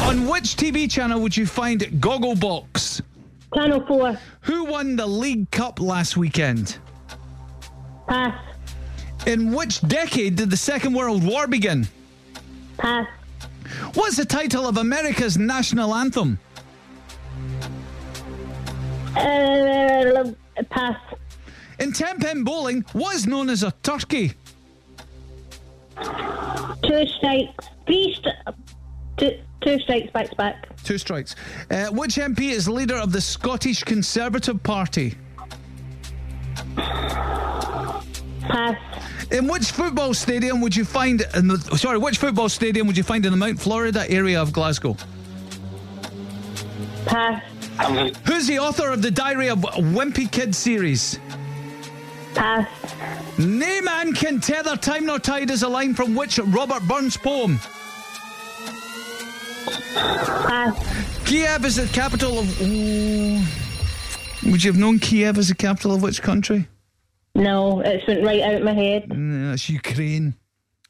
On which TV channel would you find Gogglebox? Channel 4. Who won the League Cup last weekend? Pass. In which decade did the Second World War begin? Pass. What's the title of America's national anthem? Uh, pass. In 10 pin bowling, what is known as a turkey? Two strikes. Three st- two, two strikes, back to back. Two strikes. Uh, which MP is leader of the Scottish Conservative Party? Pass. In which football stadium would you find in the sorry, which football stadium would you find in the Mount Florida area of Glasgow? Pass. Who's the author of the Diary of Wimpy Kid series? Pass. Nay man can tether time nor tide is a line from which Robert Burns poem. Pass. Kiev is the capital of ooh. Would you have known Kiev is the capital of which country? No, it's went right out of my head. Mm, That's Ukraine.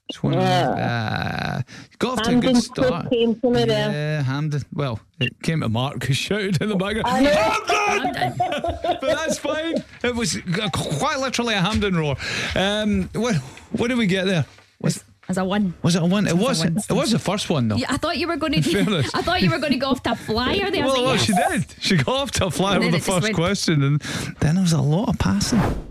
It's one of the- ah. got off to a Hamden good just start. came to me there. Yeah, Hamden. Well, it came to Mark who shouted in the background. I know. Hamden! but that's fine. It was quite literally a Hamden roar. Um, what, what did we get there? Was, As a one. was it a one? It was. win. It was the first one though. Yeah, I thought you were going to. fairness. I thought you were going to go off to a flyer there. I was Well, well, like, yes. she did. She got off to a flyer And with then the it just first went- question, and then there was a lot of passing.